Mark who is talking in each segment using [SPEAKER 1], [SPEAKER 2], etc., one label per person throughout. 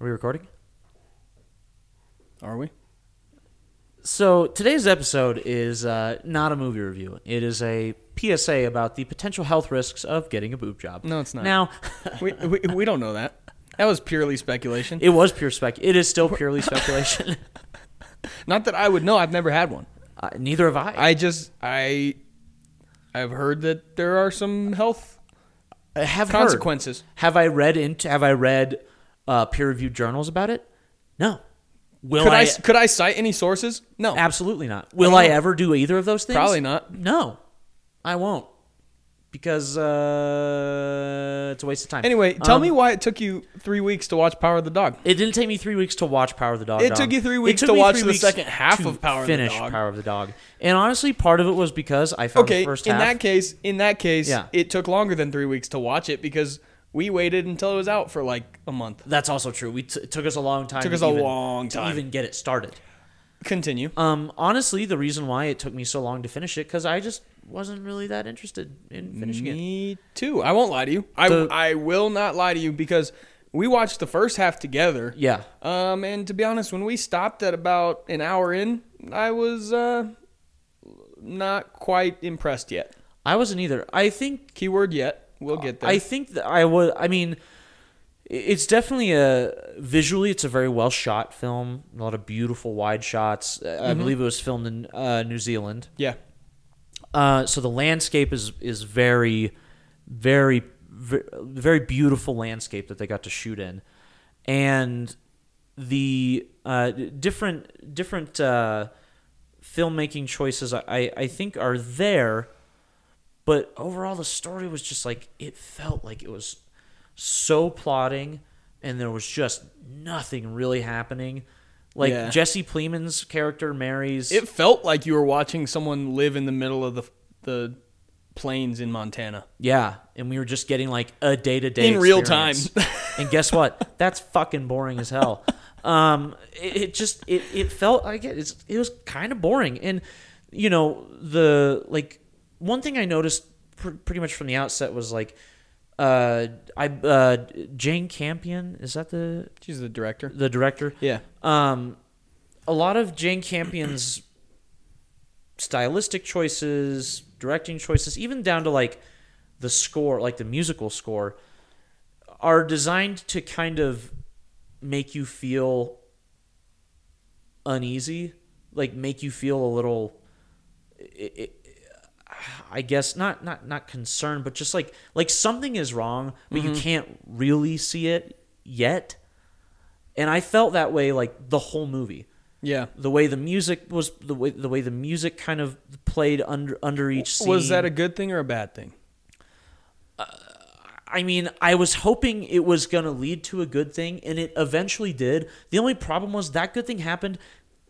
[SPEAKER 1] Are we recording?
[SPEAKER 2] Are we?
[SPEAKER 1] So today's episode is uh, not a movie review. It is a PSA about the potential health risks of getting a boob job.
[SPEAKER 2] No, it's not.
[SPEAKER 1] Now,
[SPEAKER 2] we, we we don't know that. That was purely speculation.
[SPEAKER 1] it was pure spec. It is still purely speculation.
[SPEAKER 2] Not that I would know. I've never had one.
[SPEAKER 1] uh, neither have I.
[SPEAKER 2] I just I I've heard that there are some health
[SPEAKER 1] I have heard.
[SPEAKER 2] consequences.
[SPEAKER 1] Have I read into? Have I read uh, peer-reviewed journals about it? No. Will
[SPEAKER 2] Could I,
[SPEAKER 1] I? e-
[SPEAKER 2] s- could I cite any sources? No.
[SPEAKER 1] absolutely not. Will I
[SPEAKER 2] know.
[SPEAKER 1] ever do either of those things?
[SPEAKER 2] Probably not.
[SPEAKER 1] No, I won't. Because uh, it's a waste of time.
[SPEAKER 2] Anyway, tell
[SPEAKER 1] Um,
[SPEAKER 2] me why it took you three weeks to watch Power of the Dog.
[SPEAKER 1] It didn't take me three weeks to watch Power of the Dog.
[SPEAKER 2] It
[SPEAKER 1] Dog.
[SPEAKER 2] took you three weeks
[SPEAKER 1] took
[SPEAKER 2] to
[SPEAKER 1] me
[SPEAKER 2] watch
[SPEAKER 1] three
[SPEAKER 2] the
[SPEAKER 1] weeks
[SPEAKER 2] second half
[SPEAKER 1] to
[SPEAKER 2] of Power of the
[SPEAKER 1] finish
[SPEAKER 2] Dog.
[SPEAKER 1] Power of the Dog. And honestly, part of it was because I found
[SPEAKER 2] Okay,
[SPEAKER 1] the first
[SPEAKER 2] in
[SPEAKER 1] half.
[SPEAKER 2] that case, in that case,
[SPEAKER 1] Yeah.
[SPEAKER 2] it took longer than three weeks to watch it because we waited until it was out for like a month.
[SPEAKER 1] That's also true. We t- it took us a long time.
[SPEAKER 2] Took
[SPEAKER 1] to
[SPEAKER 2] us a
[SPEAKER 1] even-
[SPEAKER 2] long time.
[SPEAKER 1] to even get it started.
[SPEAKER 2] Continue.
[SPEAKER 1] Um, honestly, the reason why it took me so long to finish it because I just wasn't really that interested in finishing it.
[SPEAKER 2] Me too. I won't lie to you. I,
[SPEAKER 1] The-
[SPEAKER 2] I will not lie to you because we watched the first half together.
[SPEAKER 1] Yeah,
[SPEAKER 2] Um, and to be honest, when we stopped at about an hour in, I was uh, not quite impressed yet.
[SPEAKER 1] I wasn't either. I think
[SPEAKER 2] Keyword yet. We'll get there.
[SPEAKER 1] I think that I was. I mean, i- it's definitely a visually, it's a very well shot film. A lot of beautiful wide shots. Uh
[SPEAKER 2] Mm-hmm.
[SPEAKER 1] I believe it was filmed in uh, New Zealand.
[SPEAKER 2] yeah.
[SPEAKER 1] Uh, so the landscape is is very, very, ve- very beautiful landscape that they got to shoot in, and the uh, d- different different uh, filmmaking choices I, I I think are there, but overall the story was just like it felt like it was so plotting, and there was just nothing really happening. Like
[SPEAKER 2] Yeah.
[SPEAKER 1] Jesse Plemons' character marries.
[SPEAKER 2] It felt like you were watching someone live in the middle of the the plains in Montana.
[SPEAKER 1] Yeah, and we were just getting like a day to day
[SPEAKER 2] In real time.
[SPEAKER 1] and guess what? That's fucking boring as hell. Um, it, it just it, it felt like it. It's, it was kind of boring, and you know the like one thing I noticed pr- pretty much from the outset was like, uh, I uh, Jane Campion is that the
[SPEAKER 2] She's the director.
[SPEAKER 1] the director?
[SPEAKER 2] Yeah.
[SPEAKER 1] um, a lot of Jane Campion's stylistic choices, directing choices, even down to like the score, like the musical score, are designed to kind of make you feel uneasy, like make you feel a little. i- i- I guess not not not concerned, but just like like something is wrong, but you can't really see it yet. And I felt that way like the whole movie.
[SPEAKER 2] Yeah.
[SPEAKER 1] The way the music was the way the way the music kind of played under under each scene.
[SPEAKER 2] Was that a good thing or a bad thing?
[SPEAKER 1] I mean, I was hoping it was going to lead to a good thing and it eventually did. The only problem was that good thing happened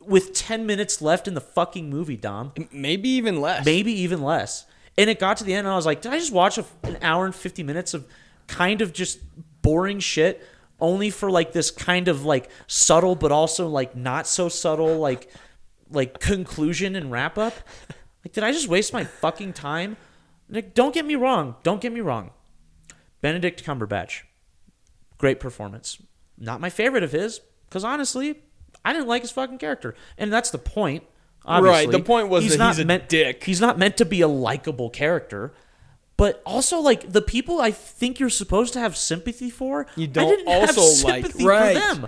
[SPEAKER 1] with 10 minutes left in the fucking movie, Dom.
[SPEAKER 2] M- Maybe even less.
[SPEAKER 1] maybe even less. And it got to the end, and I was like, did I just watch a, an hour and 50 minutes of kind of just boring shit only for like this kind of like subtle, but also like not so subtle, like, like conclusion and wrap up? Like, did I just waste my fucking time? Like, don't get me wrong. Don't get me wrong. Benedict Cumberbatch, great performance. Not my favorite of his, because honestly, I didn't like his fucking character, and that's the point. Obviously.
[SPEAKER 2] the point was that he's a
[SPEAKER 1] meant,
[SPEAKER 2] dick.
[SPEAKER 1] He's not meant to be a likable character, but also like the people I think you're supposed to have sympathy for.
[SPEAKER 2] you
[SPEAKER 1] I didn't
[SPEAKER 2] don't
[SPEAKER 1] have
[SPEAKER 2] also like
[SPEAKER 1] sympathy for them.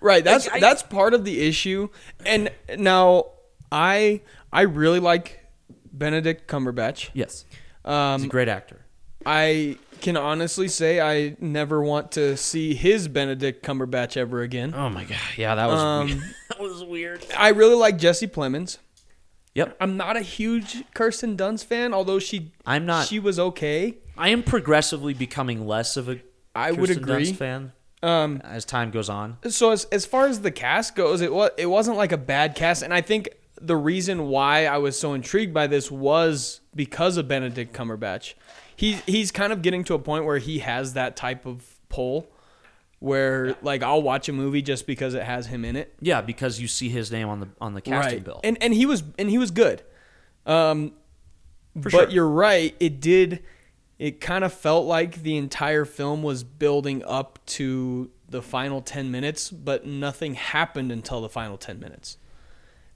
[SPEAKER 2] Right, that's
[SPEAKER 1] Like, I-
[SPEAKER 2] that's part of the issue. And now I I really like Benedict Cumberbatch.
[SPEAKER 1] Yes, he's a
[SPEAKER 2] Um,
[SPEAKER 1] great actor.
[SPEAKER 2] I can honestly say I never want to see his Benedict Cumberbatch ever again.
[SPEAKER 1] Oh my god, yeah, that was
[SPEAKER 2] Um,
[SPEAKER 1] weird. that was weird.
[SPEAKER 2] I really like Jesse Plemons.
[SPEAKER 1] Yep,
[SPEAKER 2] I'm not a huge Kirsten Dunst fan, although she
[SPEAKER 1] I'm not.
[SPEAKER 2] she was okay.
[SPEAKER 1] I am progressively becoming less of a
[SPEAKER 2] I would
[SPEAKER 1] Kirsten
[SPEAKER 2] agree.
[SPEAKER 1] Dunst fan
[SPEAKER 2] Um,
[SPEAKER 1] as time goes on.
[SPEAKER 2] so as as far as the cast goes, it was it wasn't like a bad cast, and I think the reason why I was so intrigued by this was because of Benedict Cumberbatch. He he's kind of getting to a point where he has that type of pull, where like I'll watch a movie just because it has him in it.
[SPEAKER 1] Yeah, because you see his name on the on the casting bill.
[SPEAKER 2] And and he was and he was good. Um but
[SPEAKER 1] sure.
[SPEAKER 2] you're right, it did it kind of felt like the entire film was building up to the final 10 minutes, but nothing happened until the final 10 minutes.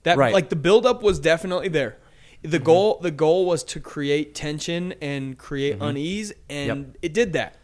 [SPEAKER 2] That
[SPEAKER 1] Right. Mm-hmm.
[SPEAKER 2] like the buildup was definitely there. The goal the goal was to create tension and create unease and
[SPEAKER 1] Mm-hmm. Yep.
[SPEAKER 2] it did that.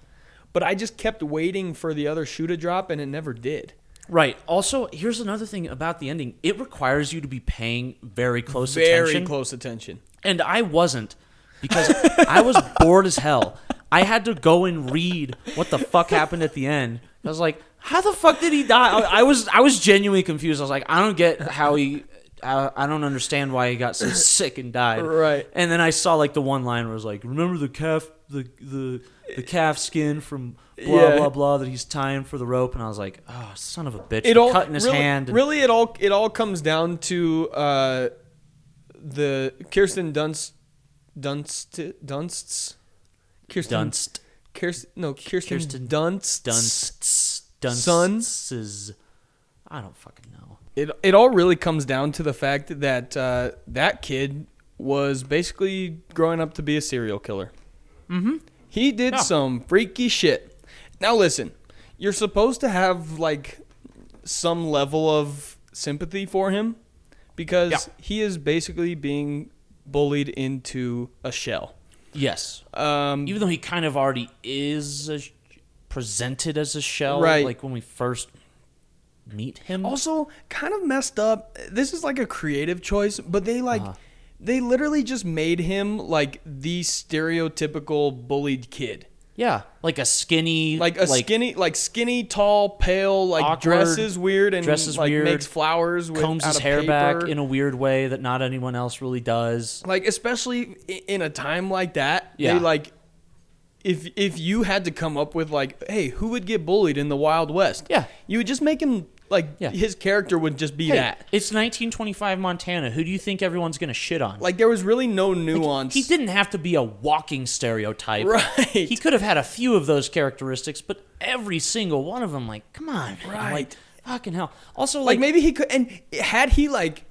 [SPEAKER 2] But I just kept waiting for the other shoe to drop and it never did.
[SPEAKER 1] Right. Also, here's another thing about the ending. It requires you to be paying very close
[SPEAKER 2] Very
[SPEAKER 1] attention.
[SPEAKER 2] close attention.
[SPEAKER 1] And I wasn't because I was bored as hell. I had to go and read what the fuck happened at the end. I was like, how the fuck did he die? I, I was I was genuinely confused. I was like, I don't get how he. I, I don't understand why he got so sick and died.
[SPEAKER 2] Right.
[SPEAKER 1] And then I saw like the one line where it was like, remember the calf the the the calf skin from blah
[SPEAKER 2] Yeah.
[SPEAKER 1] blah blah that he's tying for the rope, and I was like, oh son of a bitch,
[SPEAKER 2] it all
[SPEAKER 1] cutting his
[SPEAKER 2] really,
[SPEAKER 1] hand. and-
[SPEAKER 2] Really, it all it all comes down to uh, the Kirsten Dunst Dunst Dunst's Kirsten
[SPEAKER 1] Dunst
[SPEAKER 2] Kirsten no Kirsten,
[SPEAKER 1] Kirsten
[SPEAKER 2] Dunst
[SPEAKER 1] Dunst Dunst
[SPEAKER 2] Sons?
[SPEAKER 1] I don't fucking know.
[SPEAKER 2] It it all really comes down to the fact that uh, that kid was basically growing up to be a serial killer. He did
[SPEAKER 1] Mm-hmm. Yeah.
[SPEAKER 2] some freaky shit. Now listen, you're supposed to have like some level of sympathy for him because
[SPEAKER 1] Yeah.
[SPEAKER 2] he is basically being bullied into a shell.
[SPEAKER 1] Yes,
[SPEAKER 2] Um,
[SPEAKER 1] even though he kind of already is a, presented as a shell,
[SPEAKER 2] Right.
[SPEAKER 1] Like when we first meet him.
[SPEAKER 2] also kind of messed up. This is like a creative choice, but they like
[SPEAKER 1] Uh-huh.
[SPEAKER 2] they literally just made him like the stereotypical bullied kid.
[SPEAKER 1] yeah, like a skinny,
[SPEAKER 2] Like a skinny like skinny, tall, pale, like
[SPEAKER 1] Awkward,
[SPEAKER 2] dresses weird and
[SPEAKER 1] dresses
[SPEAKER 2] like
[SPEAKER 1] weird,
[SPEAKER 2] makes flowers with
[SPEAKER 1] combs
[SPEAKER 2] out
[SPEAKER 1] his
[SPEAKER 2] of
[SPEAKER 1] hair back
[SPEAKER 2] paper.
[SPEAKER 1] in a weird way that not anyone else really does.
[SPEAKER 2] like especially i- in a time like that,
[SPEAKER 1] Yeah.
[SPEAKER 2] they like if if you had to come up with like, hey, who would get bullied in the Wild West?
[SPEAKER 1] Yeah.
[SPEAKER 2] You would just make him like
[SPEAKER 1] Yeah.
[SPEAKER 2] his character would just be
[SPEAKER 1] Hey,
[SPEAKER 2] that.
[SPEAKER 1] it's 1925 Montana. Who do you think everyone's gonna shit on?
[SPEAKER 2] Like there was really no nuance.
[SPEAKER 1] He didn't have to be a walking stereotype.
[SPEAKER 2] Right.
[SPEAKER 1] He could have had a few of those characteristics, but every single one of them, like, come on, man. Like,
[SPEAKER 2] Right.
[SPEAKER 1] fucking hell. Also,
[SPEAKER 2] like
[SPEAKER 1] like,
[SPEAKER 2] maybe he could and had he like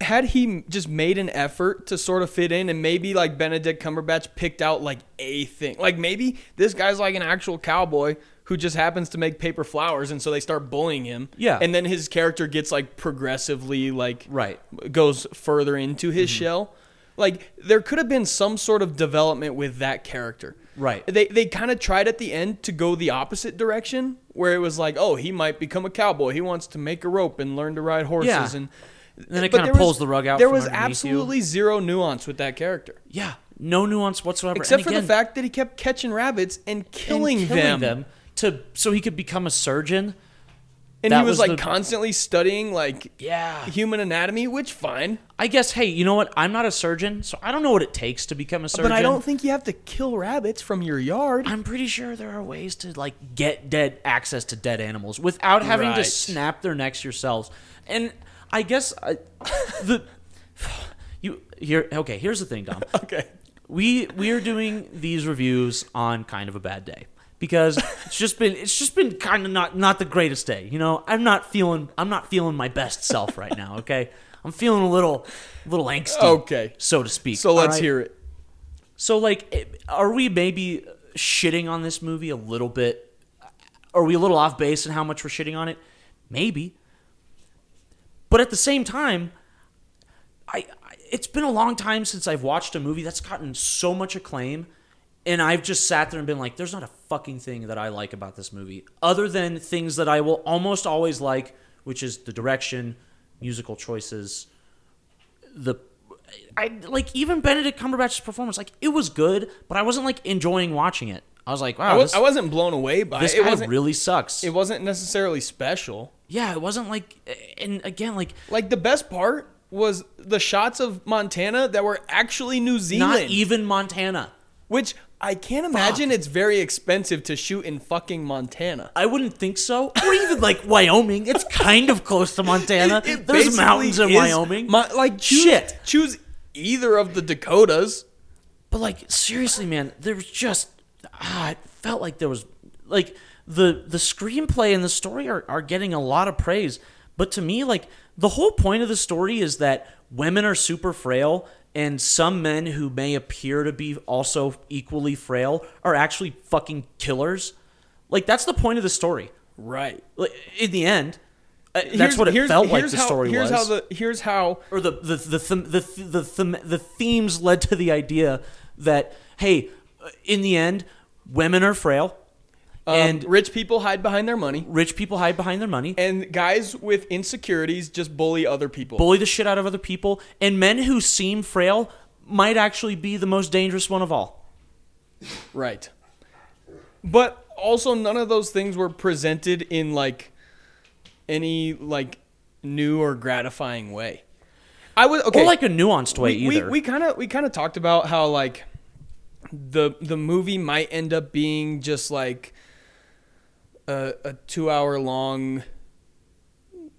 [SPEAKER 2] had he just made an effort to sort of fit in and maybe like benedict cumberbatch picked out like a thing like maybe this guy's like an actual cowboy who just happens to make paper flowers and so they start bullying him
[SPEAKER 1] Yeah.
[SPEAKER 2] and then his character gets like progressively like
[SPEAKER 1] Right.
[SPEAKER 2] goes further into his
[SPEAKER 1] Mm-hmm.
[SPEAKER 2] shell like there could have been some sort of development with that character
[SPEAKER 1] Right.
[SPEAKER 2] they they kind of tried at the end to go the opposite direction where it was like oh he might become a cowboy he wants to make a rope and learn to ride horses
[SPEAKER 1] Yeah.
[SPEAKER 2] and
[SPEAKER 1] then it
[SPEAKER 2] but
[SPEAKER 1] kinda
[SPEAKER 2] there was-
[SPEAKER 1] pulls the rug out
[SPEAKER 2] there
[SPEAKER 1] from
[SPEAKER 2] was
[SPEAKER 1] underneath you.
[SPEAKER 2] absolutely zero nuance with that character
[SPEAKER 1] yeah, no nuance whatsoever.
[SPEAKER 2] except
[SPEAKER 1] And
[SPEAKER 2] for
[SPEAKER 1] again,
[SPEAKER 2] the fact that he kept catching rabbits and
[SPEAKER 1] and
[SPEAKER 2] killing,
[SPEAKER 1] killing to so he could become a surgeon.
[SPEAKER 2] and
[SPEAKER 1] That
[SPEAKER 2] he
[SPEAKER 1] was
[SPEAKER 2] was, like
[SPEAKER 1] the-
[SPEAKER 2] constantly studying like
[SPEAKER 1] Yeah.
[SPEAKER 2] human anatomy which fine
[SPEAKER 1] I guess, hey, you know what? I'm not a surgeon, so I don't know what it takes to become a surgeon.
[SPEAKER 2] but i don't think you have to kill rabbits from your yard
[SPEAKER 1] I'm pretty sure there are ways to like get dead access to dead animals without having to
[SPEAKER 2] Right.
[SPEAKER 1] snap their necks yourselves. And I guess I, the you here okay, here's the thing, Dom.
[SPEAKER 2] okay
[SPEAKER 1] We we are doing these reviews on kind of a bad day because it's just been it's just been kind of not not the greatest day. You know, I'm not feeling I'm not feeling my best self right now, okay? I'm feeling a little little angsty,
[SPEAKER 2] Okay.
[SPEAKER 1] so to speak.
[SPEAKER 2] so
[SPEAKER 1] all
[SPEAKER 2] let's
[SPEAKER 1] right?
[SPEAKER 2] hear it
[SPEAKER 1] So, like, it- are we maybe shitting on this movie a little bit? Are we a little off base in how much we're shitting on it? Maybe. But at the same time, I, I it's been a long time since I've watched a movie that's gotten so much acclaim, and I've just sat there and been like, "There's not a fucking thing that I like about this movie, other than things that I will almost always like, which is the direction, musical choices, the." I like even Benedict Cumberbatch's performance. Like it was good, but I wasn't like enjoying watching it. I was like,
[SPEAKER 2] I,
[SPEAKER 1] wow, Oh,
[SPEAKER 2] was,
[SPEAKER 1] this,
[SPEAKER 2] I wasn't blown away by
[SPEAKER 1] this
[SPEAKER 2] it it
[SPEAKER 1] guy
[SPEAKER 2] wasn't
[SPEAKER 1] really sucks.
[SPEAKER 2] it wasn't necessarily special
[SPEAKER 1] yeah, it wasn't like, and again, like
[SPEAKER 2] Like the best part was the shots of Montana that were actually New Zealand,
[SPEAKER 1] not even Montana.
[SPEAKER 2] which I can't imagine it's very expensive to shoot in fucking Montana.
[SPEAKER 1] I wouldn't think so. Or even like Wyoming. It's kind of close to Montana.
[SPEAKER 2] It
[SPEAKER 1] There's
[SPEAKER 2] basically
[SPEAKER 1] mountains in
[SPEAKER 2] is
[SPEAKER 1] Wyoming.
[SPEAKER 2] Mo- like choose,
[SPEAKER 1] Shit.
[SPEAKER 2] choose either of the Dakotas.
[SPEAKER 1] But like seriously, man, there was just ah, it felt like there was like the the screenplay and the story are, are getting a lot of praise. But to me, like the whole point of the story is that women are super frail and some men who may appear to be also equally frail are actually fucking killers. Like that's the point of the story.
[SPEAKER 2] Right.
[SPEAKER 1] Like, in the end, uh, that's what it felt like. The
[SPEAKER 2] how,
[SPEAKER 1] story
[SPEAKER 2] here's
[SPEAKER 1] was,
[SPEAKER 2] How the, here's how um,
[SPEAKER 1] or the the the them- the the, the, them- the themes led to the idea that hey, uh, in the end, women are frail,
[SPEAKER 2] um,
[SPEAKER 1] and
[SPEAKER 2] rich people hide behind their money,
[SPEAKER 1] rich people hide behind their money.
[SPEAKER 2] and guys with insecurities just bully other people.
[SPEAKER 1] bully the shit out of other people, and men who seem frail might actually be the most dangerous one of all.
[SPEAKER 2] Right. But also none of those things were presented in like any like new or gratifying way. I was okay.
[SPEAKER 1] Or like a nuanced way
[SPEAKER 2] we,
[SPEAKER 1] either.
[SPEAKER 2] We kind of we kind of talked about how like the the movie might end up being just like a, a two hour long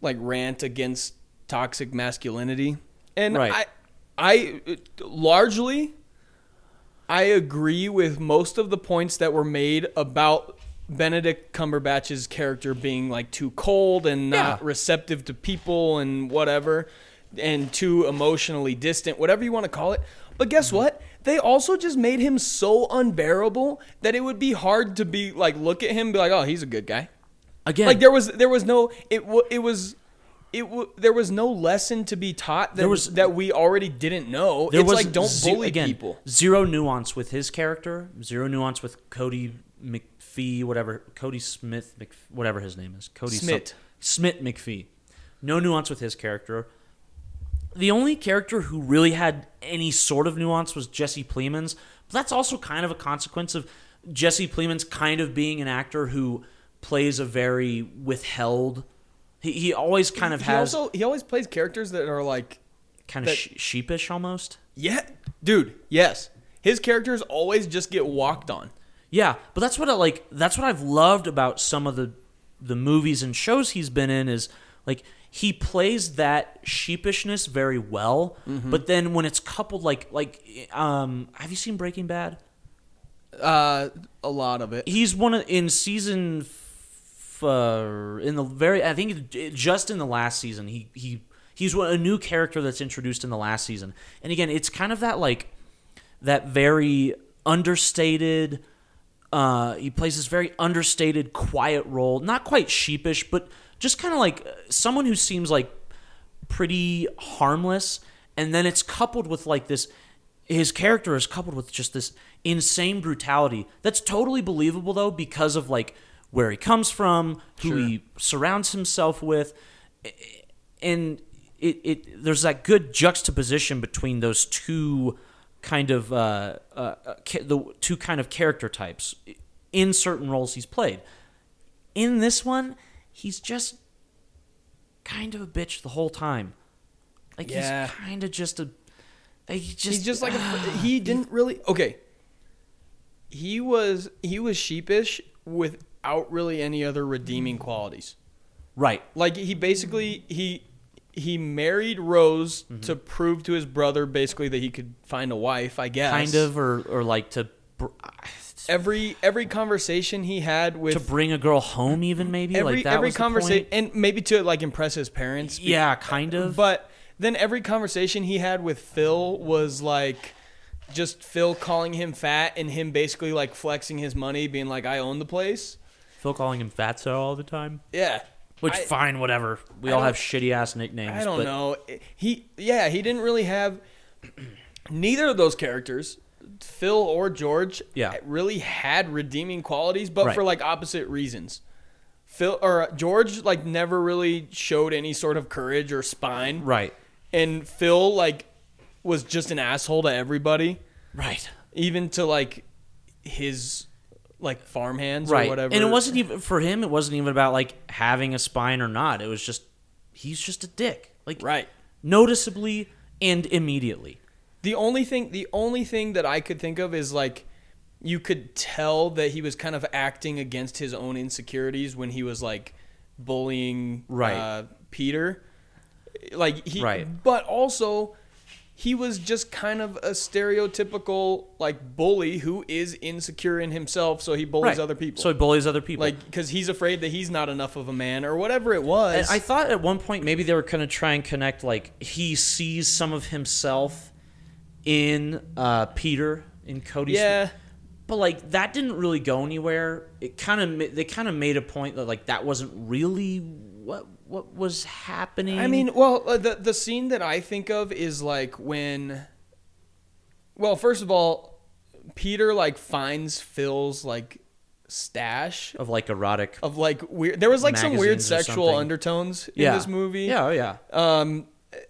[SPEAKER 2] like rant against toxic masculinity, and
[SPEAKER 1] Right.
[SPEAKER 2] I I largely I agree with most of the points that were made about Benedict Cumberbatch's character being like too cold and
[SPEAKER 1] Yeah.
[SPEAKER 2] not receptive to people and whatever and too emotionally distant, whatever you want to call it. But guess what? They also just made him so unbearable that it would be hard to be like look at him and be like, "Oh, he's a good guy."
[SPEAKER 1] Again,
[SPEAKER 2] Like there was there was no it w- it was it w- there was no lesson to be taught that
[SPEAKER 1] There was-
[SPEAKER 2] that we already didn't know.
[SPEAKER 1] there
[SPEAKER 2] it's
[SPEAKER 1] was
[SPEAKER 2] like don't
[SPEAKER 1] ze-
[SPEAKER 2] bully
[SPEAKER 1] again,
[SPEAKER 2] people.
[SPEAKER 1] Zero nuance with his character. Zero nuance with Cody McPhee, whatever Cody Smith, Mc, whatever his name is, Cody some-
[SPEAKER 2] Smit.
[SPEAKER 1] Smit McPhee. No nuance with his character. The only character who really had any sort of nuance was Jesse Plemons. But that's also kind of a consequence of Jesse Plemons kind of being an actor who plays a very withheld. He, he always kind of
[SPEAKER 2] He
[SPEAKER 1] has
[SPEAKER 2] also he always plays characters that are like
[SPEAKER 1] kind
[SPEAKER 2] that-
[SPEAKER 1] of sh- sheepish almost.
[SPEAKER 2] yeah, dude, yes. His characters always just get walked on.
[SPEAKER 1] Yeah, but that's what I like. That's what I've loved about some of the the movies and shows he's been in is like he plays that sheepishness very well. But then when it's coupled like like um, have you seen Breaking Bad?
[SPEAKER 2] Uh, a lot of it.
[SPEAKER 1] He's one of, in season f- uh, in the very I think it- just in the last season he he he's one- a new character that's introduced in the last season. And again, it's kind of that like that very understated uh he plays this very understated quiet role, not quite sheepish, but just kind of like uh, someone who seems like pretty harmless and then it's coupled with like this his character is coupled with just this insane brutality that's totally believable though because of like where he comes from who he surrounds himself with and it, it there's that good juxtaposition between those two kind of uh, uh, uh, ca- the two kind of character types in certain roles he's played. In this one, he's just kind of a bitch the whole time. Like
[SPEAKER 2] Yeah.
[SPEAKER 1] he's kind of just a like, he's just, ah.
[SPEAKER 2] He's just like a, he didn't really okay. He was he was sheepish without really any other redeeming qualities.
[SPEAKER 1] right.
[SPEAKER 2] Like he basically he he married Rose
[SPEAKER 1] Mm-hmm.
[SPEAKER 2] to prove to his brother basically that he could find a wife, I guess.
[SPEAKER 1] Kind of or or like to br- ah,
[SPEAKER 2] Every every conversation he had with
[SPEAKER 1] to bring a girl home even maybe
[SPEAKER 2] every
[SPEAKER 1] like that
[SPEAKER 2] every
[SPEAKER 1] was the point.
[SPEAKER 2] conversation and maybe to like impress his parents. be-
[SPEAKER 1] Yeah, kind of.
[SPEAKER 2] But then every conversation he had with Phil was like just Phil calling him fat and him basically like flexing his money, being like, I own the place.
[SPEAKER 1] Phil calling him fatso all the time.
[SPEAKER 2] Yeah.
[SPEAKER 1] Which
[SPEAKER 2] I,
[SPEAKER 1] fine, whatever. We
[SPEAKER 2] I
[SPEAKER 1] all
[SPEAKER 2] don't-
[SPEAKER 1] have shitty ass nicknames.
[SPEAKER 2] I don't
[SPEAKER 1] but
[SPEAKER 2] know. He yeah, he didn't really have neither of those characters, Phil or George,
[SPEAKER 1] Yeah.
[SPEAKER 2] really had redeeming qualities, but
[SPEAKER 1] Right.
[SPEAKER 2] for like opposite reasons. Phil or uh, George like never really showed any sort of courage or spine.
[SPEAKER 1] Right.
[SPEAKER 2] and Phil like was just an asshole to everybody,
[SPEAKER 1] Right.
[SPEAKER 2] even to like his like farmhands
[SPEAKER 1] Right.
[SPEAKER 2] or whatever.
[SPEAKER 1] And it wasn't even for him. It wasn't even about like having a spine or not. It was just he's just a dick. Like
[SPEAKER 2] right.
[SPEAKER 1] noticeably and immediately.
[SPEAKER 2] The only thing the only thing that I could think of is like you could tell that he was kind of acting against his own insecurities when he was like bullying
[SPEAKER 1] Right.
[SPEAKER 2] uh, Peter. Like he
[SPEAKER 1] Right.
[SPEAKER 2] but also he was just kind of a stereotypical like bully who is insecure in himself, so he bullies
[SPEAKER 1] Right.
[SPEAKER 2] other people.
[SPEAKER 1] So he bullies other people.
[SPEAKER 2] like because he's afraid that he's not enough of a man or whatever it was.
[SPEAKER 1] And I thought at one point maybe they were going to try and connect like he sees some of himself in uh, Peter in Cody's.
[SPEAKER 2] yeah,
[SPEAKER 1] but like that didn't really go anywhere. It kind of they kind of made a point that like that wasn't really what what was happening.
[SPEAKER 2] I mean, well, uh, the the scene that I think of is like when. Well, first of all, Peter like finds Phil's like stash
[SPEAKER 1] of like erotic.
[SPEAKER 2] of like weird. There was like some weird
[SPEAKER 1] Magazines or
[SPEAKER 2] sexual
[SPEAKER 1] something.
[SPEAKER 2] undertones in
[SPEAKER 1] yeah.
[SPEAKER 2] this movie.
[SPEAKER 1] Yeah, oh yeah.
[SPEAKER 2] Um,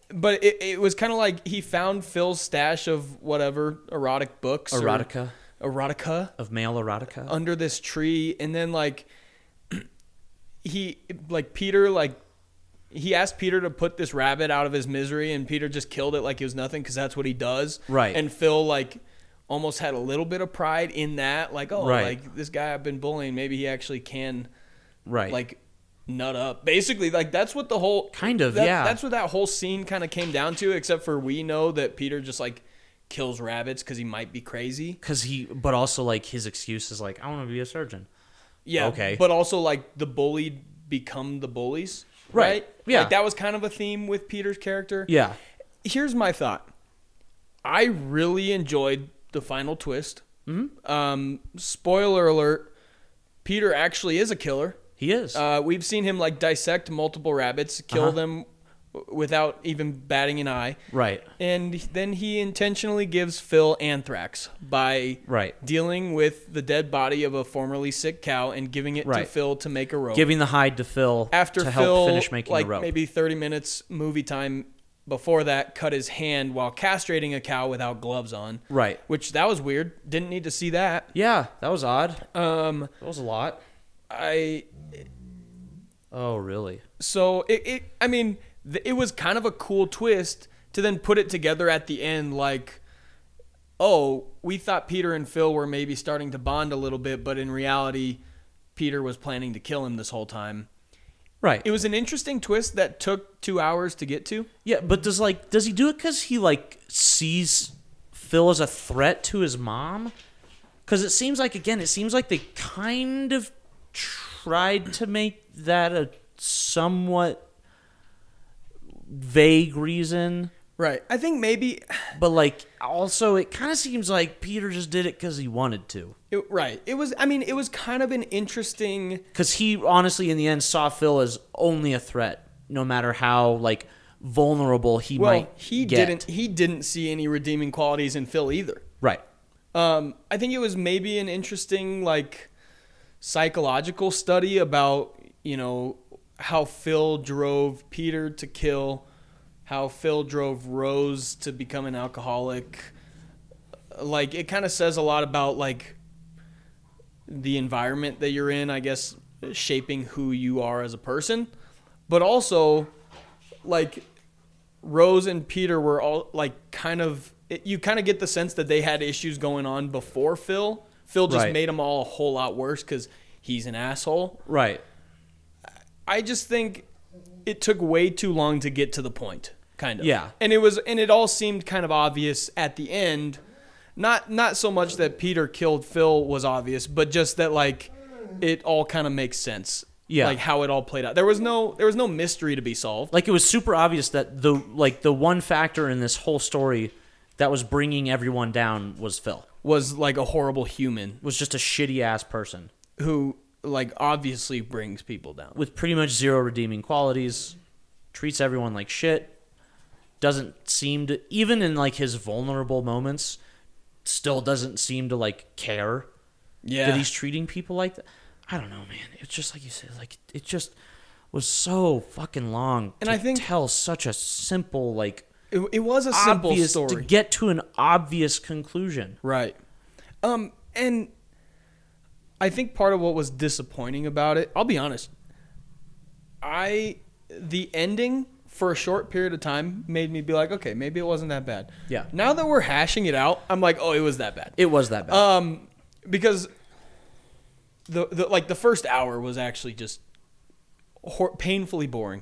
[SPEAKER 2] but it, it was kind of like he found Phil's stash of whatever erotic books, or-
[SPEAKER 1] Erotica
[SPEAKER 2] erotica
[SPEAKER 1] of male erotica.
[SPEAKER 2] under this tree, and then like he like Peter like he asked Peter to put this rabbit out of his misery, and Peter just killed it like it was nothing because that's what he does.
[SPEAKER 1] Right.
[SPEAKER 2] And Phil like almost had a little bit of pride in that, like oh,
[SPEAKER 1] Right.
[SPEAKER 2] like this guy I've been bullying, maybe he actually can
[SPEAKER 1] right.
[SPEAKER 2] like nut up. Basically, like that's what the whole
[SPEAKER 1] Kind of,
[SPEAKER 2] that-
[SPEAKER 1] yeah.
[SPEAKER 2] That's what that whole scene kind of came down to. Except for we know that Peter just like kills rabbits because he might be crazy.
[SPEAKER 1] cuz he but also like his excuse is like I want to be a surgeon.
[SPEAKER 2] Yeah.
[SPEAKER 1] Okay.
[SPEAKER 2] But also like the bullied become the bullies.
[SPEAKER 1] Right,
[SPEAKER 2] Right.
[SPEAKER 1] yeah.
[SPEAKER 2] Like that was kind of a theme with Peter's character.
[SPEAKER 1] Yeah.
[SPEAKER 2] Here's my thought. I really enjoyed the final twist. Mm-hmm. Um, spoiler alert: Peter actually is a killer.
[SPEAKER 1] He is.
[SPEAKER 2] Uh, we've seen him like dissect multiple rabbits, kill
[SPEAKER 1] Uh-huh.
[SPEAKER 2] them w- without even batting an eye.
[SPEAKER 1] right.
[SPEAKER 2] And then he intentionally gives Phil anthrax by
[SPEAKER 1] Right.
[SPEAKER 2] dealing with the dead body of a formerly sick cow and giving it to
[SPEAKER 1] Right.
[SPEAKER 2] Phil to make a rope.
[SPEAKER 1] Giving the hide to Phil
[SPEAKER 2] Oh. After
[SPEAKER 1] to
[SPEAKER 2] Phil,
[SPEAKER 1] help finish making
[SPEAKER 2] like
[SPEAKER 1] the rope.
[SPEAKER 2] maybe 30 minutes movie time before that, cut his hand while castrating a cow without gloves on.
[SPEAKER 1] Right.
[SPEAKER 2] Which that was weird. Didn't need to see that.
[SPEAKER 1] yeah, that was odd.
[SPEAKER 2] Um,
[SPEAKER 1] That was a lot.
[SPEAKER 2] I
[SPEAKER 1] Oh, really?
[SPEAKER 2] so it, it i mean th- it was kind of a cool twist to then put it together at the end like oh we thought peter and phil were maybe starting to bond a little bit but in reality peter was planning to kill him this whole time
[SPEAKER 1] Right.
[SPEAKER 2] it was an interesting twist that took two hours to get to
[SPEAKER 1] Yeah, but does like does he do it because he like sees Phil as a threat to his mom? Because it seems like again, it seems like they kind of tried to make that a somewhat vague reason,
[SPEAKER 2] right i think maybe
[SPEAKER 1] but like also it kind of seems like Peter just did it because he wanted to.
[SPEAKER 2] it, right it was i mean it was kind of an interesting
[SPEAKER 1] Because he honestly, in the end, saw Phil as only a threat, no matter how like vulnerable he
[SPEAKER 2] well
[SPEAKER 1] might.
[SPEAKER 2] he
[SPEAKER 1] get.
[SPEAKER 2] didn't e- he didn't see any redeeming qualities in phil either
[SPEAKER 1] Right.
[SPEAKER 2] Um, I think it was maybe an interesting like psychological study about you know how Phil drove Peter to kill, how Phil drove Rose to become an alcoholic. Like it kind of says a lot about like the environment that you're in, I guess, shaping who you are as a person, but also like Rose and Peter were all like kind of it, you kind of get the sense that they had issues going on before Phil. Phil just
[SPEAKER 1] Right.
[SPEAKER 2] made them all a whole lot worse because he's an asshole.
[SPEAKER 1] Right.
[SPEAKER 2] I just think it took way too long to get to the point, kind of.
[SPEAKER 1] Yeah.
[SPEAKER 2] And it was, and it all seemed kind of obvious at the end. Not not so much that Peter killed Phil was obvious, but just that like it all kind of makes sense.
[SPEAKER 1] Yeah.
[SPEAKER 2] Like how it all played out. There was no there was no mystery to be solved.
[SPEAKER 1] like it was super obvious that the like the one factor in this whole story that was bringing everyone down was Phil.
[SPEAKER 2] Was like a horrible human
[SPEAKER 1] Was just a shitty ass person
[SPEAKER 2] who like obviously brings people down.
[SPEAKER 1] with pretty much zero redeeming qualities, treats everyone like shit, doesn't seem to even in like his vulnerable moments still doesn't seem to like care
[SPEAKER 2] Yeah.
[SPEAKER 1] that he's treating people like that. I don't know, man. It's just like you said like it just was so fucking long
[SPEAKER 2] And
[SPEAKER 1] to
[SPEAKER 2] I think-
[SPEAKER 1] tell such a simple like
[SPEAKER 2] it, it was a simple
[SPEAKER 1] obvious
[SPEAKER 2] story.
[SPEAKER 1] to get to an obvious conclusion.
[SPEAKER 2] Right. Um, and I think part of what was disappointing about it, I'll be honest, I the ending for a short period of time made me be like, okay, maybe it wasn't that bad.
[SPEAKER 1] Yeah.
[SPEAKER 2] Now that we're hashing it out, I'm like, oh, it was that bad.
[SPEAKER 1] It was that bad.
[SPEAKER 2] Um, because the, the like the first hour was actually just hor- painfully boring.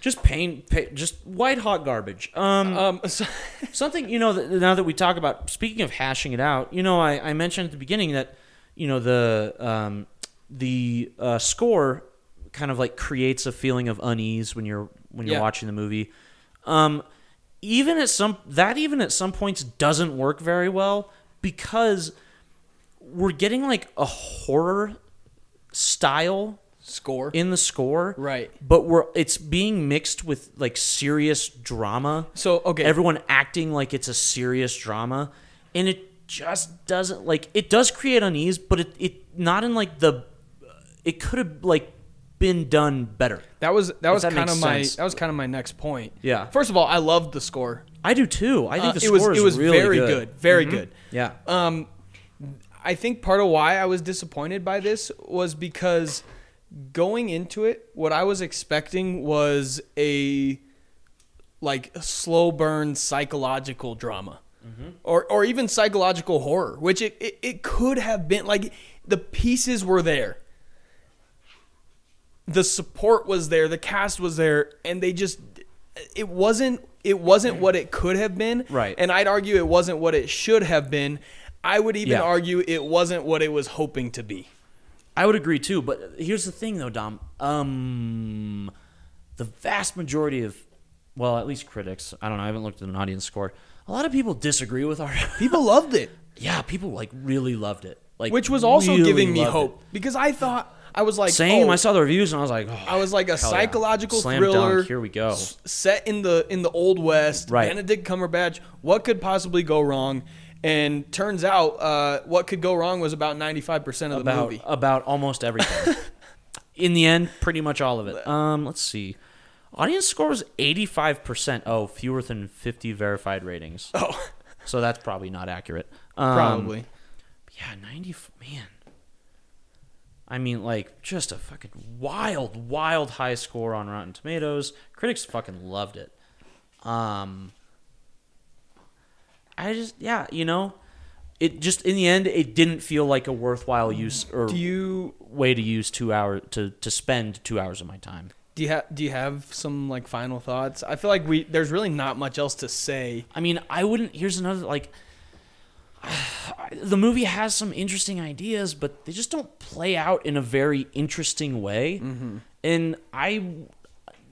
[SPEAKER 1] just pain, pa just white hot garbage. Um,
[SPEAKER 2] Um, so-
[SPEAKER 1] something you know. That, now that we talk about speaking of hashing it out, you know, I, I mentioned at the beginning that you know the um, the uh, score kind of like creates a feeling of unease when you're when you're
[SPEAKER 2] Yeah.
[SPEAKER 1] watching the movie. Um, even at some that even at some points doesn't work very well because we're getting like a horror style
[SPEAKER 2] Score.
[SPEAKER 1] in the score,
[SPEAKER 2] Right.
[SPEAKER 1] But we're it's being mixed with like serious drama.
[SPEAKER 2] So, okay.
[SPEAKER 1] everyone acting like it's a serious drama, and it just doesn't like it does create unease, but it it not in like the it could have like been done better.
[SPEAKER 2] that was that was
[SPEAKER 1] that
[SPEAKER 2] kind of
[SPEAKER 1] makes
[SPEAKER 2] my
[SPEAKER 1] sense.
[SPEAKER 2] that was kind of my next point.
[SPEAKER 1] Yeah.
[SPEAKER 2] First of all, I loved the score.
[SPEAKER 1] I do too. I think
[SPEAKER 2] Uh,
[SPEAKER 1] the
[SPEAKER 2] it was
[SPEAKER 1] score is
[SPEAKER 2] it was
[SPEAKER 1] really
[SPEAKER 2] very
[SPEAKER 1] good. Mm-hmm. Uh,
[SPEAKER 2] very good.
[SPEAKER 1] Yeah.
[SPEAKER 2] Um, I think part of why I was disappointed by this was because going into it, what I was expecting was a like a slow burn psychological drama, or or even psychological horror, which it, it it could have been. Like the pieces were there, the support was there, the cast was there, and they just it wasn't it wasn't what it could have been.
[SPEAKER 1] Right.
[SPEAKER 2] And I'd argue it wasn't what it should have been. I would even
[SPEAKER 1] Yeah.
[SPEAKER 2] argue it wasn't what it was hoping to be.
[SPEAKER 1] I would agree too, but here's the thing though, Dom. Um, the vast majority of, well, at least critics. I don't know. I haven't looked at an audience score. A lot of people disagree with our.
[SPEAKER 2] People loved it.
[SPEAKER 1] yeah, people like really loved it. Like,
[SPEAKER 2] Which was also
[SPEAKER 1] really
[SPEAKER 2] giving me
[SPEAKER 1] loved it.
[SPEAKER 2] hope. Because I thought I was like
[SPEAKER 1] Same.
[SPEAKER 2] oh,
[SPEAKER 1] I saw the reviews and I was like, oh,
[SPEAKER 2] I was like a
[SPEAKER 1] hell yeah.
[SPEAKER 2] psychological
[SPEAKER 1] Slam
[SPEAKER 2] thriller.
[SPEAKER 1] Dunk, here we go.
[SPEAKER 2] s- Set in the in the old west.
[SPEAKER 1] Right.
[SPEAKER 2] Benedict Cumberbatch. What could possibly go wrong? And turns out, uh, what could go wrong was about ninety five percent of the
[SPEAKER 1] about
[SPEAKER 2] movie.
[SPEAKER 1] about almost everything. In the end, pretty much all of it. Um, let's see. Audience score was eighty five percent. Oh, fewer than fifty verified ratings.
[SPEAKER 2] Oh,
[SPEAKER 1] So that's probably not accurate. Um,
[SPEAKER 2] probably.
[SPEAKER 1] Yeah, 90. f- Man. I mean, like, just a fucking wild, wild high score on Rotten Tomatoes. Critics fucking loved it. Um, I just, yeah, you know, it just, in the end, it didn't feel like a worthwhile use or
[SPEAKER 2] do you
[SPEAKER 1] way to use two hours, to, to spend two hours of my time.
[SPEAKER 2] do you have do you have some like final thoughts? I feel like we there's really not much else to say.
[SPEAKER 1] I mean, I wouldn't. Here's another like. The movie has some interesting ideas, but they just don't play out in a very interesting way.
[SPEAKER 2] Mm-hmm.
[SPEAKER 1] And I,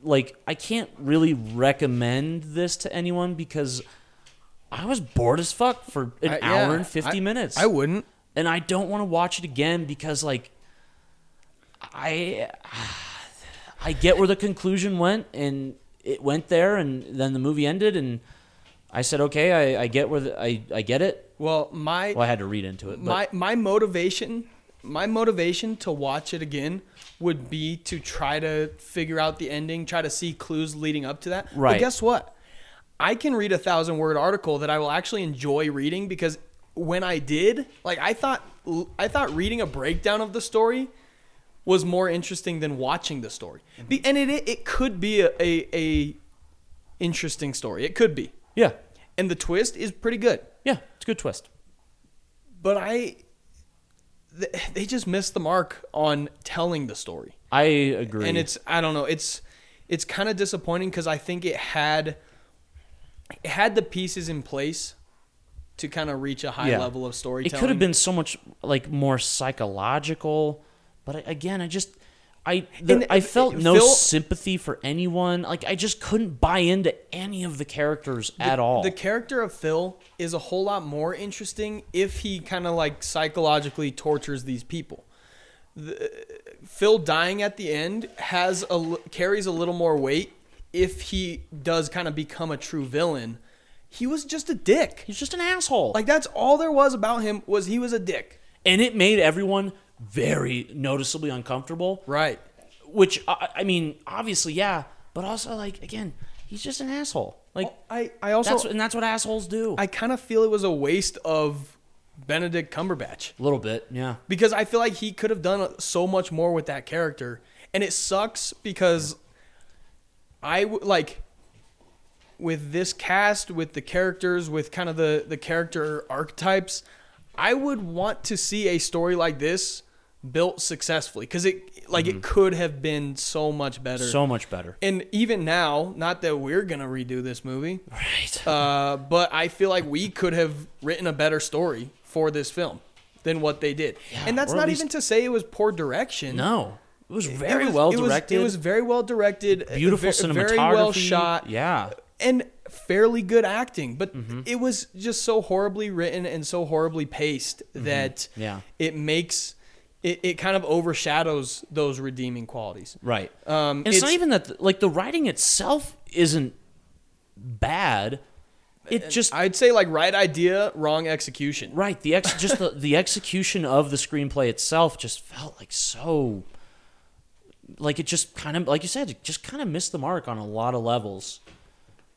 [SPEAKER 1] like, I can't really recommend this to anyone because I was bored as fuck for an
[SPEAKER 2] I-
[SPEAKER 1] hour
[SPEAKER 2] yeah,
[SPEAKER 1] and fifty
[SPEAKER 2] I-
[SPEAKER 1] minutes
[SPEAKER 2] I wouldn't.
[SPEAKER 1] and I don't want to watch it again because like I I get where the conclusion went and it went there and then the movie ended and I said okay I, I get where the, I I get it
[SPEAKER 2] Well, my
[SPEAKER 1] well I had to read into it but
[SPEAKER 2] my my motivation my motivation to watch it again would be to try to figure out the ending, try to see clues leading up to that. But
[SPEAKER 1] Right.
[SPEAKER 2] guess what? I can read a thousand word article that I will actually enjoy reading because when I did, like I thought I thought reading a breakdown of the story was more interesting than watching the story. Be, and it it could be a, a a interesting story. It could be.
[SPEAKER 1] yeah
[SPEAKER 2] And the twist is pretty good
[SPEAKER 1] yeah it's a good twist
[SPEAKER 2] but I th- they just missed the mark on telling the story.
[SPEAKER 1] I agree
[SPEAKER 2] And it's I don't know, it's it's kind of disappointing cuz I think it had it had the pieces in place to kind of reach a high
[SPEAKER 1] Yeah.
[SPEAKER 2] level of storytelling.
[SPEAKER 1] It could have been so much like more psychological, but I, again, I just I there-
[SPEAKER 2] And uh,
[SPEAKER 1] I felt no
[SPEAKER 2] Phil-
[SPEAKER 1] sympathy for anyone. Like I just couldn't buy into any of the characters at all.
[SPEAKER 2] The character of Phil is a whole lot more interesting if he kind of like psychologically tortures these people. The, Phil dying at the end has a l- carries a little more weight if he does kind of become a true villain. He was just a dick.
[SPEAKER 1] He's just an asshole.
[SPEAKER 2] Like that's all there was about him was he was a dick.
[SPEAKER 1] and it made everyone very noticeably uncomfortable.
[SPEAKER 2] Right.
[SPEAKER 1] Which I, I mean, obviously, yeah, but also like again, he's just an asshole. Like
[SPEAKER 2] I I also
[SPEAKER 1] that's and that's what assholes do. A
[SPEAKER 2] I kind of feel it was a waste of Benedict Cumberbatch.
[SPEAKER 1] little bit, yeah.
[SPEAKER 2] because I feel like he could have done so much more with that character, and it sucks because I w- like with this cast, with the characters, with kind of the the character archetypes. I would want to see a story like this built successfully because it like it could have been so much better.
[SPEAKER 1] So much better.
[SPEAKER 2] and even now, not that we're gonna redo this movie,
[SPEAKER 1] Right.
[SPEAKER 2] uh, but I feel like we could have written a better story for this film than what they did. and that's
[SPEAKER 1] or at
[SPEAKER 2] not
[SPEAKER 1] least-
[SPEAKER 2] even to say it was poor direction.
[SPEAKER 1] no. It was
[SPEAKER 2] It
[SPEAKER 1] very
[SPEAKER 2] was-
[SPEAKER 1] well
[SPEAKER 2] it was-
[SPEAKER 1] directed.
[SPEAKER 2] It was very well directed. uh,
[SPEAKER 1] beautiful
[SPEAKER 2] ve-
[SPEAKER 1] cinematography.
[SPEAKER 2] Very well shot.
[SPEAKER 1] Yeah. Mm-hmm.
[SPEAKER 2] And fairly good acting, but it was just so horribly written and so horribly paced that
[SPEAKER 1] Mm-hmm. Yeah.
[SPEAKER 2] it makes it, it kind of overshadows those redeeming qualities.
[SPEAKER 1] Right.
[SPEAKER 2] Um,
[SPEAKER 1] and it's,
[SPEAKER 2] it's-
[SPEAKER 1] not even that, like, the writing itself isn't bad. It just,
[SPEAKER 2] I'd say like right idea, wrong execution.
[SPEAKER 1] right. The ex, just the, the execution of the screenplay itself just felt like so, like, it just kind of, like you said, it just kind of missed the mark on a lot of levels.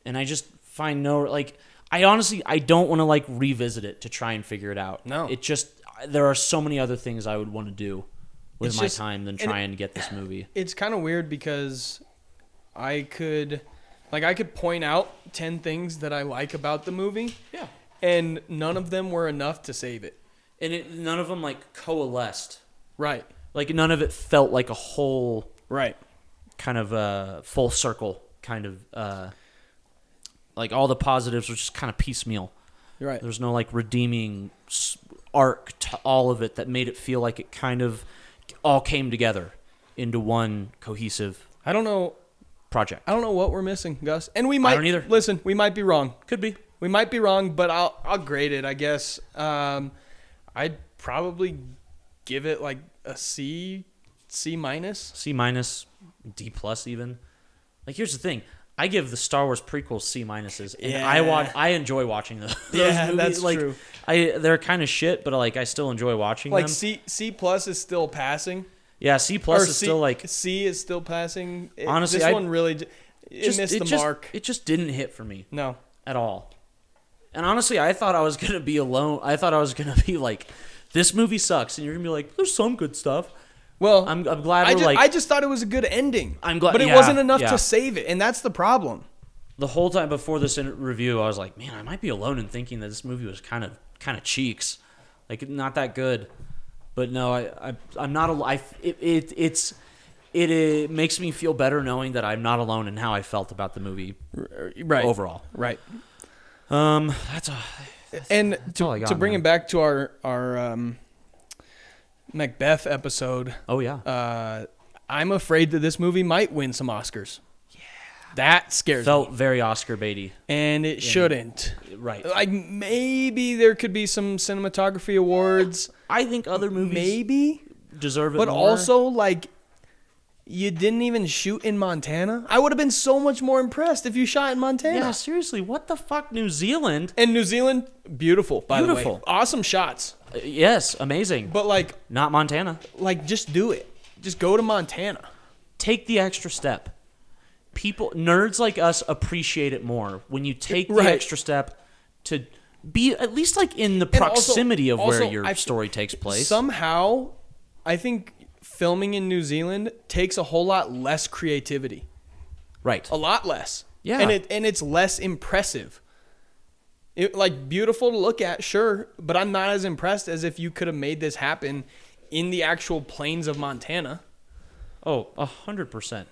[SPEAKER 1] And I just find no, like, I honestly, I don't want to, like, revisit it to try and figure it out.
[SPEAKER 2] No.
[SPEAKER 1] It just, there are so many other things I would want to do with
[SPEAKER 2] It's
[SPEAKER 1] my
[SPEAKER 2] just-
[SPEAKER 1] time than
[SPEAKER 2] and it-
[SPEAKER 1] try and get this movie.
[SPEAKER 2] It's kind of weird because I could like I could point out 10 things that I like about the movie
[SPEAKER 1] Yeah.
[SPEAKER 2] and none of them were enough to save it.
[SPEAKER 1] and it, none of them like coalesced.
[SPEAKER 2] Right.
[SPEAKER 1] Like none of it felt like a whole
[SPEAKER 2] Right.
[SPEAKER 1] kind of uh, full circle kind of uh, like all the positives were just kind of piecemeal.
[SPEAKER 2] Right.
[SPEAKER 1] There's no like redeeming s- arc to all of it that made it feel like it kind of all came together into one cohesive
[SPEAKER 2] I don't know
[SPEAKER 1] project.
[SPEAKER 2] I don't know what we're missing, Gus. And we might
[SPEAKER 1] don't either.
[SPEAKER 2] listen, we might be wrong.
[SPEAKER 1] Could be.
[SPEAKER 2] We might be wrong, but I'll I'll grade it, I guess. Um I'd probably give it like a C C minus.
[SPEAKER 1] C minus, D plus even. Like here's the thing. I give the Star Wars prequels C minuses, and I
[SPEAKER 2] Yeah.
[SPEAKER 1] watch. I enjoy watching those. those
[SPEAKER 2] Yeah,
[SPEAKER 1] movies.
[SPEAKER 2] that's
[SPEAKER 1] like,
[SPEAKER 2] true.
[SPEAKER 1] I they're kind of shit, but like I still enjoy watching
[SPEAKER 2] Like
[SPEAKER 1] them.
[SPEAKER 2] C C plus is still passing.
[SPEAKER 1] yeah, C plus
[SPEAKER 2] Or
[SPEAKER 1] is still like
[SPEAKER 2] C is still passing. It-
[SPEAKER 1] Honestly,
[SPEAKER 2] this
[SPEAKER 1] I-
[SPEAKER 2] one really j- it
[SPEAKER 1] just-
[SPEAKER 2] missed the
[SPEAKER 1] just-
[SPEAKER 2] mark.
[SPEAKER 1] It just didn't hit for me
[SPEAKER 2] No,
[SPEAKER 1] at all. And honestly, I thought I was gonna be alone. I thought I was gonna be like, this movie sucks, and you're gonna be like, there's some good stuff.
[SPEAKER 2] well,
[SPEAKER 1] I'm I'm glad
[SPEAKER 2] I
[SPEAKER 1] we're
[SPEAKER 2] just,
[SPEAKER 1] like
[SPEAKER 2] I just thought it was a good ending.
[SPEAKER 1] I'm glad-
[SPEAKER 2] but it
[SPEAKER 1] yeah,
[SPEAKER 2] wasn't enough
[SPEAKER 1] yeah.
[SPEAKER 2] to save it, and that's the problem.
[SPEAKER 1] the whole time before this in- review, I was like, man, I might be alone in thinking that this movie was kind of kind of cheeks, like not that good. But no, I, I I'm not al- I it, it it's it, it makes me feel better knowing that I'm not alone in how I felt about the movie Uh,
[SPEAKER 2] Right,
[SPEAKER 1] overall.
[SPEAKER 2] right.
[SPEAKER 1] Um, that's a,
[SPEAKER 2] And
[SPEAKER 1] all I
[SPEAKER 2] to,
[SPEAKER 1] got,
[SPEAKER 2] to bring
[SPEAKER 1] man.
[SPEAKER 2] it back to our our um, Macbeth episode,
[SPEAKER 1] oh yeah,
[SPEAKER 2] uh, I'm afraid that this movie might win some Oscars. Yeah, that scares me,
[SPEAKER 1] felt very Oscar baity,
[SPEAKER 2] and it shouldn't.
[SPEAKER 1] right?
[SPEAKER 2] Like maybe there could be some cinematography awards.
[SPEAKER 1] I think other movies
[SPEAKER 2] Maybe
[SPEAKER 1] deserve it,
[SPEAKER 2] but
[SPEAKER 1] more.
[SPEAKER 2] also like you didn't even shoot in Montana. I would have been so much more impressed if you shot in Montana.
[SPEAKER 1] yeah, seriously, what the fuck, New Zealand?
[SPEAKER 2] And New Zealand, beautiful, by the way.
[SPEAKER 1] Beautiful.
[SPEAKER 2] Awesome shots.
[SPEAKER 1] Uh, yes, amazing,
[SPEAKER 2] But like
[SPEAKER 1] not Montana.
[SPEAKER 2] like just do it. Just go to Montana.
[SPEAKER 1] take the extra step. People, nerds like us appreciate it more when you take the
[SPEAKER 2] Right.
[SPEAKER 1] extra step to be at least like in the
[SPEAKER 2] also-
[SPEAKER 1] proximity of where
[SPEAKER 2] also,
[SPEAKER 1] your
[SPEAKER 2] I-
[SPEAKER 1] story takes place.
[SPEAKER 2] Somehow I think filming in New Zealand takes a whole lot less creativity.
[SPEAKER 1] right.
[SPEAKER 2] A lot less.
[SPEAKER 1] Yeah.
[SPEAKER 2] And it and it's less impressive. It, like beautiful to look at, sure, but I'm not as impressed as if you could have made this happen in the actual plains of Montana.
[SPEAKER 1] Oh, a hundred percent.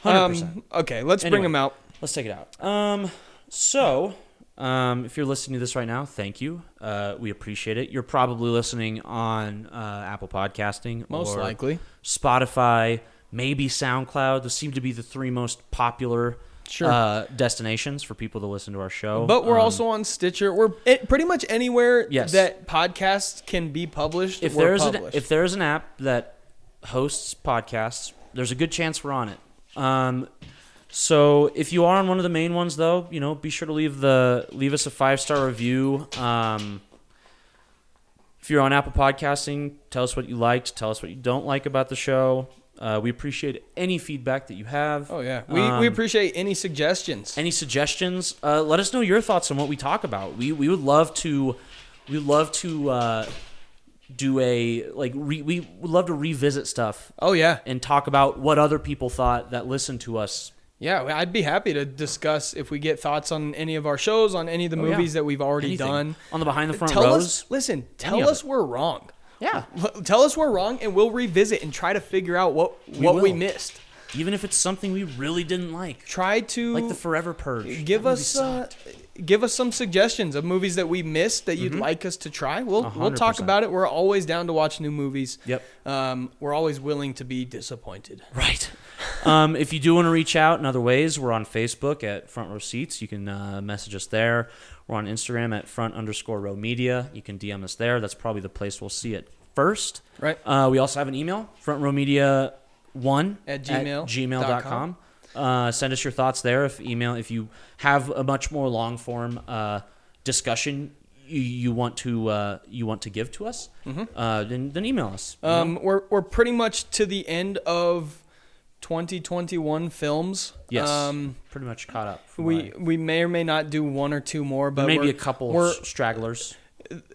[SPEAKER 1] Hundred percent.
[SPEAKER 2] Um, okay, let's bring
[SPEAKER 1] Anyway.
[SPEAKER 2] them out.
[SPEAKER 1] Let's take it out. Um, so, um, if you're listening to this right now, thank you. Uh, we appreciate it. You're probably listening on uh, Apple Podcasting,
[SPEAKER 2] Most
[SPEAKER 1] or
[SPEAKER 2] likely.
[SPEAKER 1] Spotify, maybe SoundCloud. Those seem to be the three most popular
[SPEAKER 2] Sure.
[SPEAKER 1] uh, destinations for people to listen to our show.
[SPEAKER 2] But we're
[SPEAKER 1] Um,
[SPEAKER 2] also on Stitcher. We're it, pretty much anywhere
[SPEAKER 1] Yes.
[SPEAKER 2] that podcasts can be published.
[SPEAKER 1] if
[SPEAKER 2] we're
[SPEAKER 1] there is an,
[SPEAKER 2] published.
[SPEAKER 1] if there is an app that hosts podcasts, there's a good chance we're on it. Um, so if you are on one of the main ones, though, you know, be sure to leave the leave us a five star review. Um, if you're on Apple Podcasting, tell us what you liked, tell us what you don't like about the show. Uh, we appreciate any feedback that you have.
[SPEAKER 2] oh yeah, we,
[SPEAKER 1] Um,
[SPEAKER 2] we appreciate any suggestions.
[SPEAKER 1] any suggestions uh, let us know your thoughts on what we talk about we we would love to we would love to uh, do a like re, we would love to revisit stuff
[SPEAKER 2] oh yeah,
[SPEAKER 1] and talk about what other people thought that listened to us
[SPEAKER 2] yeah. I'd be happy to discuss if we get thoughts on any of our shows, on any of the
[SPEAKER 1] Oh, yeah.
[SPEAKER 2] movies that we've already
[SPEAKER 1] Anything.
[SPEAKER 2] done.
[SPEAKER 1] on the behind the front
[SPEAKER 2] tell
[SPEAKER 1] rows
[SPEAKER 2] us, listen,
[SPEAKER 1] Any
[SPEAKER 2] tell
[SPEAKER 1] of
[SPEAKER 2] us we're wrong.
[SPEAKER 1] yeah
[SPEAKER 2] L- tell us we're wrong, and we'll revisit and try to figure out what what we
[SPEAKER 1] will.
[SPEAKER 2] missed.
[SPEAKER 1] even if it's something we really didn't like
[SPEAKER 2] Try to
[SPEAKER 1] like the forever purge
[SPEAKER 2] give
[SPEAKER 1] That movie
[SPEAKER 2] us uh,
[SPEAKER 1] sucked. Mm-hmm.
[SPEAKER 2] give us some suggestions of movies that we missed that you'd like us to try. We'll
[SPEAKER 1] A
[SPEAKER 2] we'll
[SPEAKER 1] hundred
[SPEAKER 2] talk
[SPEAKER 1] percent.
[SPEAKER 2] about it. We're always down to watch new movies.
[SPEAKER 1] Yep.
[SPEAKER 2] Um, we're always willing to be disappointed.
[SPEAKER 1] Right. um, if you do want to reach out in other ways, we're on Facebook at Front Row Seats. You can uh, message us there. We're on Instagram at Front underscore Row Media. You can DM us there. That's probably the place we'll see it first.
[SPEAKER 2] Right.
[SPEAKER 1] Uh, we also have an email, Front Row Media one
[SPEAKER 2] At gmail dot
[SPEAKER 1] gmail.com.
[SPEAKER 2] com.
[SPEAKER 1] Uh, send us your thoughts there. If email, if you have a much more long form uh, discussion you, you want to uh, you want to give to us,
[SPEAKER 2] Mm-hmm.
[SPEAKER 1] uh, then, then email us. you know?
[SPEAKER 2] Um, we're we're pretty much to the end of 2021 films.
[SPEAKER 1] yes,
[SPEAKER 2] Um,
[SPEAKER 1] pretty much caught up. from what I-
[SPEAKER 2] we we may or may not do one or two more, but
[SPEAKER 1] maybe
[SPEAKER 2] we're-
[SPEAKER 1] a couple
[SPEAKER 2] We're
[SPEAKER 1] of stragglers.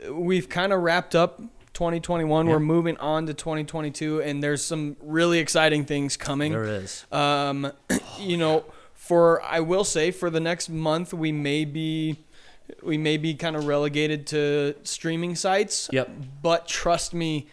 [SPEAKER 2] we've kind of wrapped up 2021. We're
[SPEAKER 1] Yeah.
[SPEAKER 2] moving on to 2022, and there's some really exciting things coming.
[SPEAKER 1] There is.
[SPEAKER 2] Um, you know, for I will say for the next month we may be we may be kind of relegated to streaming sites.
[SPEAKER 1] Yep.
[SPEAKER 2] But trust me,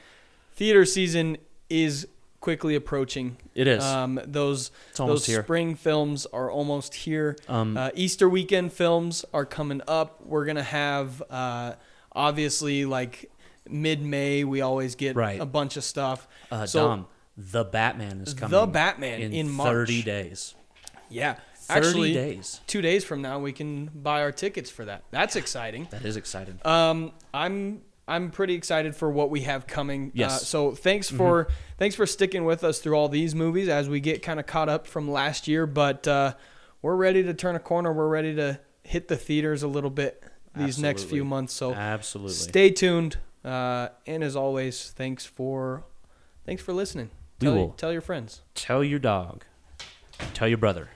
[SPEAKER 2] theater season is quickly approaching.
[SPEAKER 1] It is.
[SPEAKER 2] Um, those
[SPEAKER 1] It's
[SPEAKER 2] those
[SPEAKER 1] almost here.
[SPEAKER 2] spring films are almost here.
[SPEAKER 1] Um,
[SPEAKER 2] uh, Easter weekend films are coming up. We're gonna have uh, obviously like mid May. We always get
[SPEAKER 1] Right.
[SPEAKER 2] a bunch of stuff.
[SPEAKER 1] uh,
[SPEAKER 2] So-
[SPEAKER 1] Dom, the Batman is coming.
[SPEAKER 2] The Batman in March.
[SPEAKER 1] thirty days.
[SPEAKER 2] Yeah,
[SPEAKER 1] 30
[SPEAKER 2] actually,
[SPEAKER 1] days.
[SPEAKER 2] two days from now we can buy our tickets for that. That's exciting.
[SPEAKER 1] That is exciting.
[SPEAKER 2] Um, I'm I'm pretty excited for what we have coming.
[SPEAKER 1] Yes. Mm-hmm.
[SPEAKER 2] Uh, so thanks for thanks for sticking with us through all these movies as we get kind of caught up from last year. But uh, we're ready to turn a corner. We're ready to hit the theaters a little bit these next
[SPEAKER 1] Absolutely.
[SPEAKER 2] few months. So
[SPEAKER 1] Absolutely.
[SPEAKER 2] stay tuned. Uh, and as always, thanks for thanks for listening.
[SPEAKER 1] We
[SPEAKER 2] Tell,
[SPEAKER 1] will.
[SPEAKER 2] tell your friends.
[SPEAKER 1] tell your dog. Tell your brother.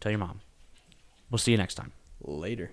[SPEAKER 1] Tell your mom. We'll see you next time.
[SPEAKER 2] Later.